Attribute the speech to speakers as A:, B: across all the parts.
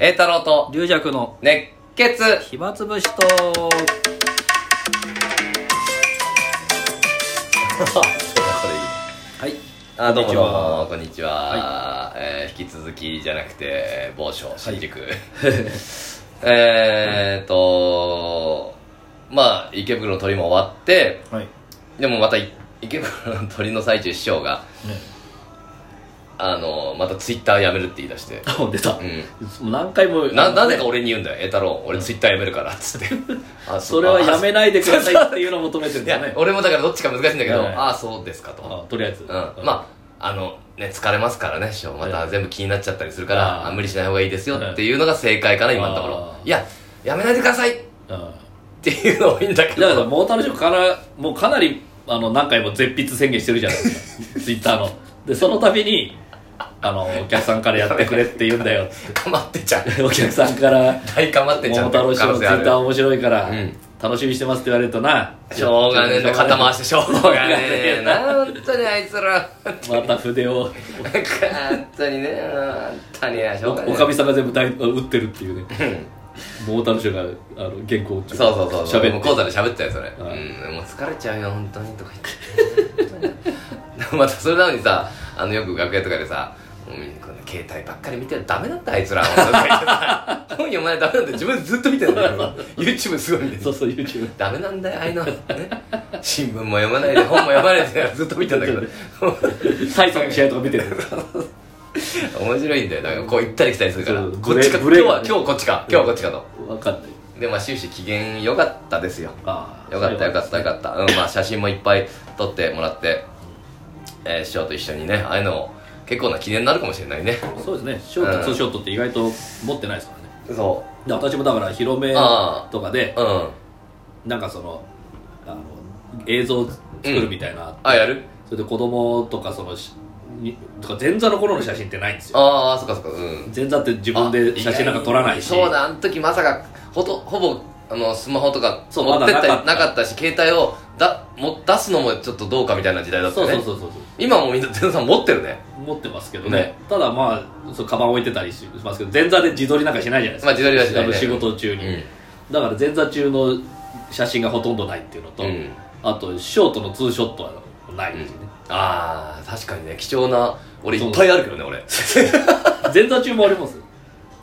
A: 栄太郎と
B: 龍尺の
A: 熱血
B: 暇つぶしとはい
A: あどうもどうも
B: は
A: こんにちは、えー引き続きじゃなくて某所新 宿、えーっとまあ池袋の鳥も終わって
B: はい
A: でもまたい池袋の鳥の最中師匠が
B: ね
A: あのまたツイッターやめるって言い出して
B: あ出た
A: う、ん
B: もう何回も
A: ななぜか俺に言うんだよ栄太郎俺ツイッターやめるからっ つって あ
B: それはやめないでくださいっていうのを求めてるん
A: い
B: だ
A: や
B: ね
A: 俺もだからどっちか難しいんだけど、
B: はい
A: ああそうですかと
B: あとりあえず、うん
A: うん、まああのね疲れますからね師匠また
B: ええ
A: 全部気になっちゃったりするから、
B: ああ
A: あ無理しない方がいいですよっていうのが正解かな、今のところ
B: ああ
A: いややめないでくださいっ
B: あ
A: ていうのもいいんだけ
B: だから
A: ど
B: モータルショーからもうかなりあの何回も絶筆宣言してるじゃな いですかツイッターのでその度にあのお客さんからやってくれって言うん だよっ
A: かまってちゃう
B: てお客さんから
A: 大かまってちゃう
B: 桃太郎氏のツイッター面白いから、
A: うん
B: 楽しみにしてますって言われるとな
A: しょうがねえんだ肩回してしょうがねえ な本当にあいつら
B: また筆を
A: なんか本当にね本当にねしょうがね
B: お
A: え
B: かみさんが全部だい打ってるっていうね
A: うん
B: モータルショーがあの原稿を
A: そうそうそうそう
B: 喋
A: もう
B: っ
A: 講
B: て
A: 座で喋ってたよそれ、
B: ん
A: うんもう疲れちゃうよ本当にとか言ってで もまたそれなのにさあのよく楽屋とかでさもうみんなこんな携帯ばっかり見てるダメなんだあいつら本当にとか言ってさ 本読まないとダメなんだよ自分ずっと見てるんだよ YouTube すごいんで
B: そうそう YouTube
A: ダメなんだよああいうの、ね、新聞も読まないで本も読まないでずっと見てんだけど
B: 体操の試合とか見てる
A: 面白いんだよだからこう行ったり来たりするから
B: そうそう
A: こっちか今
B: ブ
A: 日
B: レ
A: は
B: ブレ
A: 今日こっちか今日はこっちかと、
B: 分かんない
A: でまあ終始機嫌良かったですよ
B: ああ
A: よかったよかったよかった、うんまあ、写真もいっぱい撮ってもらって、えー、師匠と一緒にねああいうのを結構な記念になるかもしれないね
B: そうですねショートツーショットって意外と持ってないですからね
A: そ
B: で私もだから広め
A: ああ
B: とかで
A: ううん
B: なんかそのあの映像を作るみたいな、
A: あやる
B: それで子供とかそのしにとか前座の頃の写真ってないんですよ
A: ああそっかそっかうん
B: 前座って自分で写真なんか撮らないし
A: あ意外にそうだあの時まさかほとほぼあのスマホとか
B: そう
A: 持ってったり
B: ま
A: な
B: だな
A: か
B: か
A: ったし携帯をだも出すのもちょっとどうかみたいな時代だった
B: そ
A: よ
B: う
A: ね
B: そうそうそう
A: 今もうみんな全さん持ってるね
B: 持ってますけどね
A: ね
B: ただまあそうカバン置いてたりしますけど前座で自撮りなんかしないじゃないです
A: まあ
B: か、
A: 自撮りはしないね
B: 仕事中
A: う
B: に、
A: ん
B: だから前座中の写真がほとんどないっていうのと、
A: うん
B: あとショートのツーショットはないですね、
A: ああ確かにね貴重な俺いっぱいあるけどね 俺
B: 前座中もあります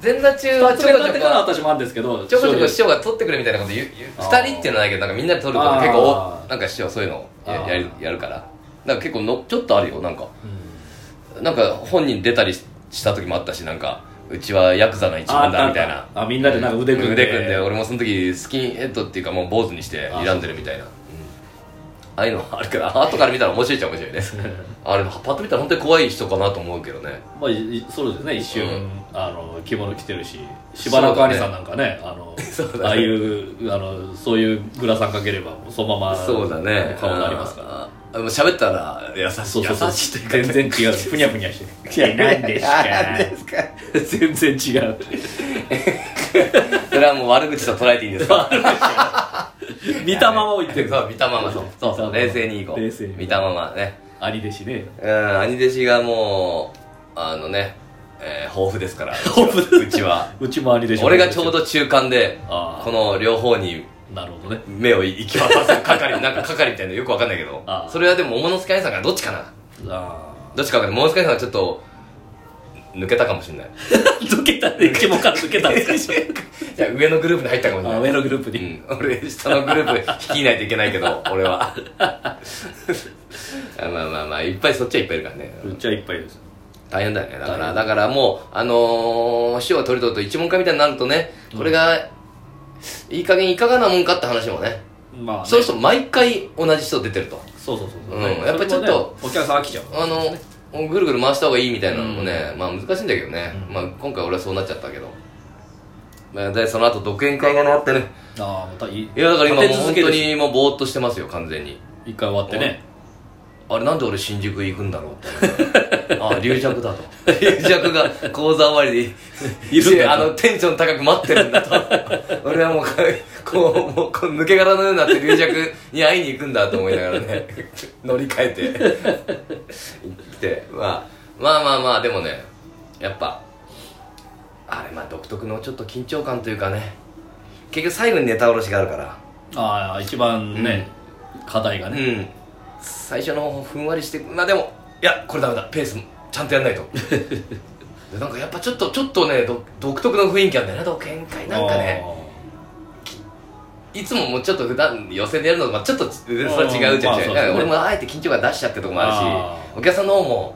A: 前座中は
B: 2
A: ち
B: つ
A: ょ
B: 目
A: こちょ
B: になって
A: こ
B: から私もあるんですけど
A: ちょこちょこ師
B: 正
A: 匠が取ってくるみたいなこと言う言う
B: あー
A: 二人っていうのはないけどなんかみんなで取ること
B: あー
A: 結構おなんか師匠そういうのや
B: あー
A: やるやるからなんか結構のちょっとあるよなんか
B: 直
A: なんか本人出たりしした時もあったしなんかうちはヤクザの一
B: あ
A: 番だみ
B: ったあった
A: いな
B: あみんなでなんか腕組んで
A: 腕組んで俺もその時スキンヘッドっていうかもう坊主にして睨んでるみたいなうんああいうのあるから後から見たら面白いっちゃ面白いね あれパッと見たら本当に怖い人かなと思うけどね
B: まあいいそうですね一瞬、
A: うん
B: あの着物着てるししばらく兄さんなんかねあの
A: そうだね
B: ああいうあのそういうグラサンかければもうそのまま
A: そうだね
B: 顔になりますから
A: あーあもう喋ったら優しい
B: そうそうそう
A: 優しいというかね
B: 全然違うふにゃふに ゃしてるいやなんですか
A: すか
B: 全然違 う
A: それはもう悪口と捉えていいんですか
B: 見たままを言ってる
A: そう見たままそうそう
B: そう
A: 冷静にいこう
B: 冷静に
A: 見たままね
B: 兄弟子ね
A: うん兄弟子がもうあのね、えー、豊富ですから
B: 豊富
A: うち は
B: うちも兄弟子
A: 俺がちょうど中間で
B: あー
A: この両方に
B: なるほどね
A: 目を行き渡す係 なんか係みたいなのよくわかんないけど
B: あー
A: それはでも桃之助兄さんからどっちかな
B: ああ
A: どっちかわかんない桃之助兄さんはちょっと抜けたかも しれない
B: 抜けたねうちもから抜けたんです か
A: いや上のグループに入ったかもしれな
B: あ
A: い
B: 上のグループ
A: う
B: に、
A: ん、俺下のグループ率いないといけないけ ど俺はあまあまあまあいっぱいそっちはいっぱいいるからね
B: うちはいっぱいです
A: 大変だよねだか
B: 大
A: ら
B: 変
A: だからもうあのー、塩を取り取ると一問会みたいになるとねこれが、いい加減いかがなもんかって話もね
B: まあね、
A: そういう人毎回同じ人出てると
B: そうそうそうそう、
A: うんやっぱりちょっと
B: それもねお客さん飽きちゃう
A: あのぐるぐる回した方がいいみたいなのもね、
B: う
A: まあ難しいんだけどね、
B: うん
A: まあ今回俺はそうなっちゃったけど、まあ、でその後独演会が回ってね
B: ああまたい
A: いやだから今もう本当
B: 立て続けです
A: にもうぼーっとしてますよ完全に
B: 一回終わってね
A: あれなんで俺新宿行くんだろうって 思ってあ流弱だと流弱が講座終わりで
B: いるんだと
A: あのテンション高く待ってるんだと 俺はもうかこうもうこう抜け殻のようになって流弱に会いに行くんだと思いながらね 乗り換えて行って、まあ、まあまあまあでもねやっぱあれまあ独特のちょっと緊張感というかね結局最後にネタ下ろしがあるから
B: ああ一番ね、課題が
A: う
B: ね、
A: ん最初の方ふんわりしてまあでもいやこれダメだペースちゃんとやんない とでなんかやっぱちょっとちょっとねど独特の雰囲気あんだよね独演会なんかねいつももうちょっと普段寄せでやるのとまあちょっとそれ違うじゃん、
B: まあそうですね
A: 俺もあえて緊張感出しちゃってるとこもあ
B: あ
A: るしお客さんの方も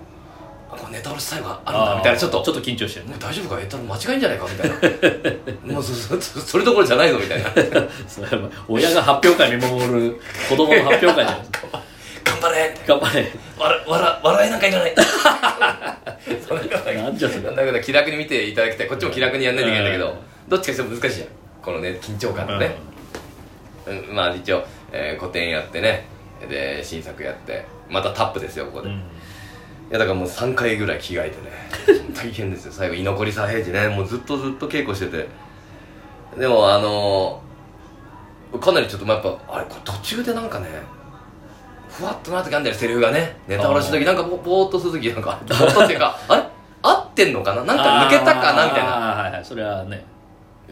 A: あこれネタ下ろし最後あ
B: あ
A: るんだみたいなちょっと
B: ちょっと緊張してる
A: も
B: ね
A: う大丈夫かえ多分間違いんじゃないかみたいな もうそそそそれどころじゃないぞみたいな頑
B: それは親が発表会見守る子供の発表会じゃないですか
A: 張れみたい
B: 頑張れ
A: な笑笑笑いなんかいらないそんなことない
B: なんじゃそれ
A: なんだか気楽に見ていただきたいこっちも気楽にやんないといけないんだけど、
B: うん
A: どっちかしても難しいじゃんこのね緊張感のね、うんまあ一応、えー、個展やってねで新作やってまたタップですよここ
B: う
A: で、
B: ん
A: いやだからもう3回ぐらい着替えて ね大変ですよ最後居残り三平次ねもうずっとずっと稽古しててでもあのーかなりちょっとまあやっぱあれこれ途中でなんかねふわっとなってきあんだよセリフがねネタ下ろしの時なんかぼぼーっとする時なんかぼーっとっていう かあれ合ってんのかななんか抜けたかなみたいな
B: あーはいはいそれはね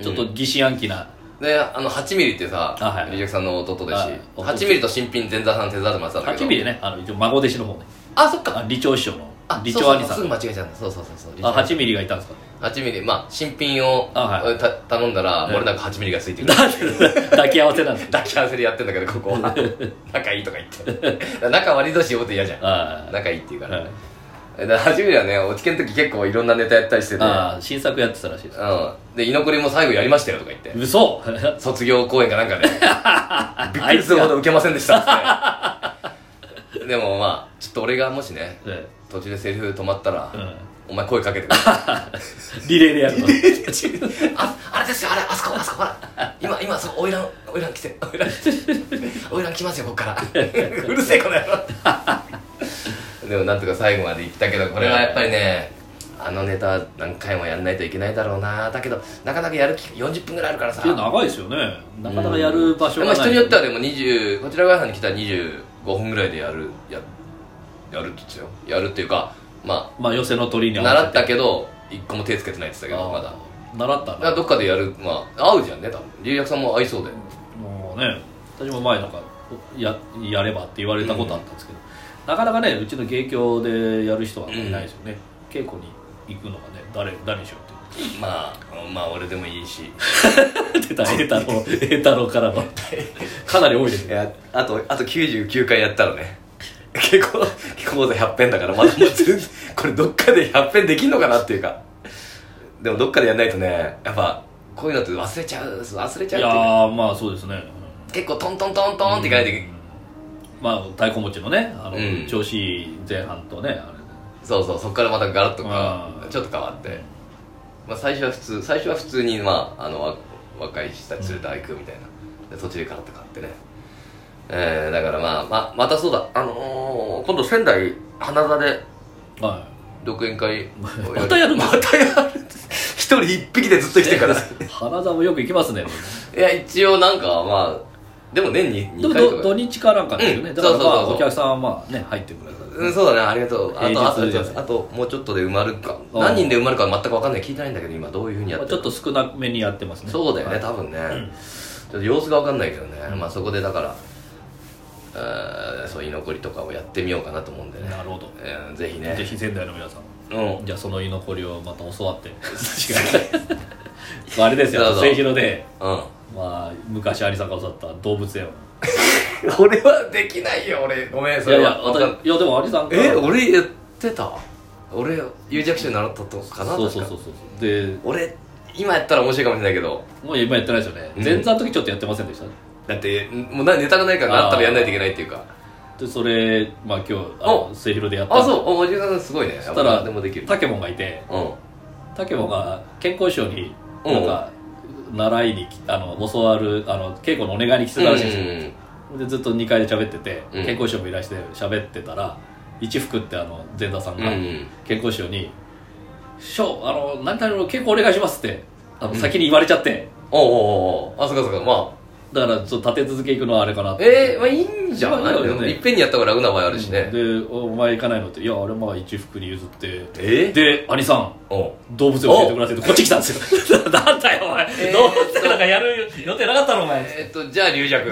B: ちょっ
A: う
B: と疑心暗鬼な、
A: であの8ミリってさ
B: あはい
A: 龍尺さんの弟だし
B: はい
A: 8ミリと新品前座さん手伝ってもらってたんだけ
B: 八
A: ど
B: ミリねあの一応孫弟子の方ね
A: あそっか
B: あ理長師匠の
A: あ
B: 理長兄さん
A: そうそうすぐ間違えちゃうんだそうそうそうそう
B: あ8ミリがいたんですか
A: 8ミリまあ新品を
B: あはい
A: た頼んだら
B: ええ
A: 俺 なんか8ミリがついてくる
B: だって抱き合わせなんですか
A: 抱き合わせでやってんだけどここ は仲いいとか言って仲悪い年思って嫌じゃん
B: あ
A: 仲いいっていう
B: あ、
A: から
B: はい
A: だから初めてはね落ち研の時結構いろんなネタやったりしてて
B: ああ新作やってたらしいです
A: うんで居残りも最後やりましたよとか言って
B: 嘘
A: 卒業公演かなんかで びっくりするほど受けませんでしたっつってでもまあちょっと俺がもしね
B: え
A: 途中でセリフ止まったら
B: えうん
A: お前声かけてくれ
B: リレーでやるの
A: ああれですよあれあそこあそこほら今今そこ花魁花魁来て花魁花魁来ますよこっから うるせえこの野郎でもなんとか最後まで行ったけどこれはやっぱりねあのネタは何回もやんないといけないだろうなだけどなかなかやる気40分ぐらいあるからさ
B: いや長いですよねなかなかやる場所が
A: ま
B: な
A: あ
B: い、
A: 人によってはでも20こちら側さんに来たら25分ぐらいでやるややるって言ってたよやるっていうかま
B: まあ寄せの鳥
A: あ
B: に合わ
A: 習
B: せ
A: ってたけど一個も手つけてないって言ってたけどまだ
B: 習った
A: だから
B: な
A: どっかでやるまあ合うじゃんね多分龍薬さんも合いそうで
B: もうね私も前なんかややればって言われたことあったんですけど、なかなかねうちの芸協でやる人はいないですよね、稽古に行くのがね誰誰にしようって
A: まあまあ俺でもいいし
B: 出た栄太郎栄太郎からの かなり多いです
A: いやあとあと99回やったらね結構結構100編だからまだもう全然これどっかで100編できんのかなっていうかでもどっかでやんないとねやっぱこういうのって忘れちゃう忘れ
B: い
A: ちゃう
B: や
A: っていうか
B: ーまあそうですね
A: 結構トントントントンっていかないといけない、
B: まあ太鼓持ちのねあの、
A: うん
B: 調子いい前半とねあれ
A: そうそうそこからまたガラッとか
B: あー
A: ちょっと変わって、まあ、最初は普通最初は普通に、まあ、あのわ若い人たち連れて行くみたいなで途中でガラッと変わってね、えー、だからまあままたそうだあのー今度仙台花座で
B: は
A: 独演会をや
B: またやるの
A: またやる一人一匹でずっと生きてる から
B: い花座もよく行きますね
A: いや一応なんかまあでも年に2
B: でも
A: 回
B: ど
A: と
B: 土
A: か
B: 日かなんかですよね、
A: うん
B: だからま
A: そう
B: あ
A: そうそうそう
B: お客さんはまあね入ってくれた
A: うん、そうだねありがとうあとあ
B: 平日じゃない
A: とあともうちょっとで埋まるか
B: あー
A: 何人で埋まるか全く分かんない聞いてないんだけど今どういうふうにやっ
B: まあ
A: て
B: ち
A: る
B: ょっと少なめにやってますね
A: そうだよね多分ね、ちょっと様子が分かんないけどね、まあそこでだからえーそう居残りとかをやってみようかなと思うんでね
B: なるほど
A: えーぜひね
B: ぜひ仙台の皆さん
A: うん
B: じゃあその居残りをまた教わって まああれです
A: どう
B: よ
A: ぞ
B: 末広で、
A: うん
B: まあ、昔兄さんが教わった動物園を
A: 俺はできないよ俺ごめん
B: い
A: そ
B: や
A: れ
B: いや
A: は分かんない
B: 私いやでも兄さんが
A: え俺やってた俺有弱者習ったとかな
B: そうそうそ
A: 確
B: う
A: か
B: そうで
A: 俺今やったら面白いかもしれないけど
B: もう今やってないですよね、
A: うん
B: 前座の時ちょっとやってませんでした
A: だってもうなネタがないからあったらやんないといけないっていうか
B: でそれまあ今日あの末広でやった
A: あそうおおじさんすごいね
B: そしたら
A: でもできる
B: タケモンがいて
A: うん
B: タケモンが健康師匠に
A: うん
B: なんか習いにきあの教わるあの稽古のお願いに来てたらしいんですよ、でずっと2階で喋ってて、
A: うん
B: 健康師匠もいらして喋ってたら一福ってあの前座さん
A: うんう
B: が
A: ん
B: 健康師匠に「師匠あの何々の稽古お願いします」ってあの先に言われちゃって、
A: おうおうおうおうあそうかそうかまあ
B: だからちょっと立て続けいくのはあれかなって
A: えー、まあいいんじゃ
B: ま
A: な
B: あ
A: い
B: いいよね
A: いっぺんにやった方が楽な場合あるしね、
B: でおお前行かないのっていやあれまあ一服に譲って
A: えー、
B: で兄さん
A: おう
B: 動物園教えてくださいってこっち来たんですよ なんだよお前、
A: えー
B: 動物園なんかやる予定なかったのお前
A: えーっとじゃあ龍尺え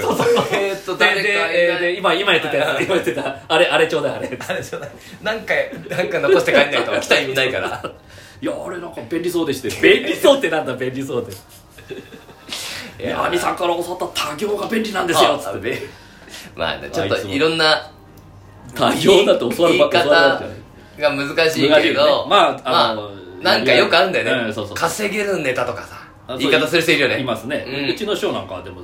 A: ーっと
B: で
A: 誰かい
B: で
A: ない
B: でで今今やってたやつ今やってたあれあれちょうだいあれ
A: あれじゃないなんかなんか残して帰んない と来た意味ないから
B: いやあれなんか便利そうでして便利そうってなんだ便利そうで いや兄さんから教わった多行が便利なんですよつ
A: あ
B: って
A: べまあねちょっ
B: あいつ
A: と
B: も
A: いろんな
B: 多行だって教わるばっか
A: 言い
B: 教わるばっ
A: 方
B: かじゃない
A: が難しいけど、
B: 難しいよねまああの
A: なんかよくあるんだよね、
B: うんそうそう
A: 稼げるネタとかさ
B: あそう
A: 言い方する人いるよね
B: いますね、
A: う
B: うんちの師匠なんかはでもい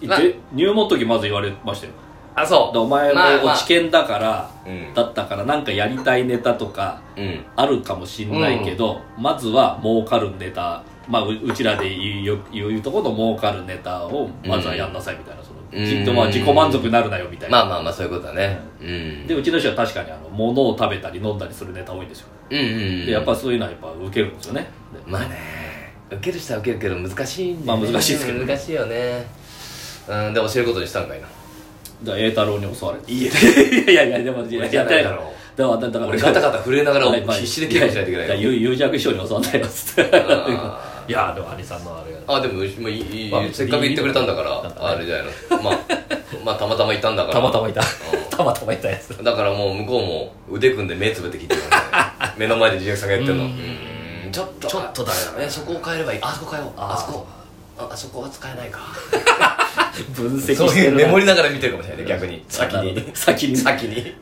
B: て
A: まあ
B: 入門の時まず言われましたよ
A: あそう
B: お前
A: まあ
B: も
A: まあ
B: 落ち研だから、
A: うん
B: だったからなんかやりたいネタとか
A: うん
B: あるかもしんないけど、まずは儲かるネタまあううちらで言うよ言うとこの儲かるネタをまずはやんなさいみたいな、その
A: うん
B: じまあ自己満足になるなよみたいな、
A: まあまあまあそういうことだねうん
B: でうちの師匠は確かにあの物を食べたり飲んだりするネタ多いんですよ、
A: うんうんうん
B: でやっぱそういうのはやっぱ受けるんですよねで
A: まあね受ける人は受けるけど難しいんだよね
B: まあ難しいですけどね
A: 難しいよねうんで教えることにしたんかいな
B: だから栄太郎に襲われていやいやいやでもい
A: 俺
B: やや
A: じゃ
B: っ
A: な
B: て
A: い
B: ない
A: だ
B: だ
A: ろ
B: ろ
A: う
B: だからだから
A: 俺ガタガタ震えなが
B: はい
A: ら
B: まあ
A: 必死で警備しないといけない
B: や
A: よ
B: や有有弱師匠に教わんないよつって
A: あ
B: いやでも兄さんのあれが
A: あでもうちもいいいい
B: まあ
A: せっかく言ってくれたんだか
B: いい
A: らあれじゃないのまあまあたまたまいたんだから
B: たまたまいたたまたまいたやつ
A: だからもう向こうも腕組んで目つぶって聞いてるからね 目の前で自虐さんがやってるの
B: うん
A: うんちょっと
B: ちょっとだよ
A: ねそこを変えればいいあそこ変えよう
B: あ
A: あそこああそこは使えない か
B: 分析
A: そう
B: して
A: いう
B: る
A: メモ
B: な
A: りながら見てるかもしれないね逆に先
B: なるほ
A: に
B: ど 先に
A: 先にい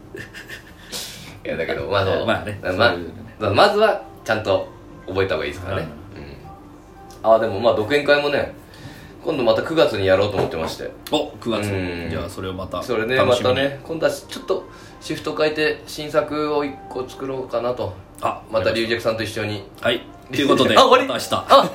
A: やだけどまあそう
B: まあね
A: まあ
B: そういうね
A: まあまずはちゃんと覚えた方がいいですからねうんああでもまあ独演会もね今度また9月にやろうと思ってまして
B: お9
A: うん
B: 月じゃあそれをまた
A: それねま
B: 楽しみ
A: た
B: に
A: ね今度はちょっとシフト変えて新作を1個作ろうかなと
B: あ
A: また龍尺さんと一緒に
B: はいということ で
A: あ終わり
B: また明日
A: あ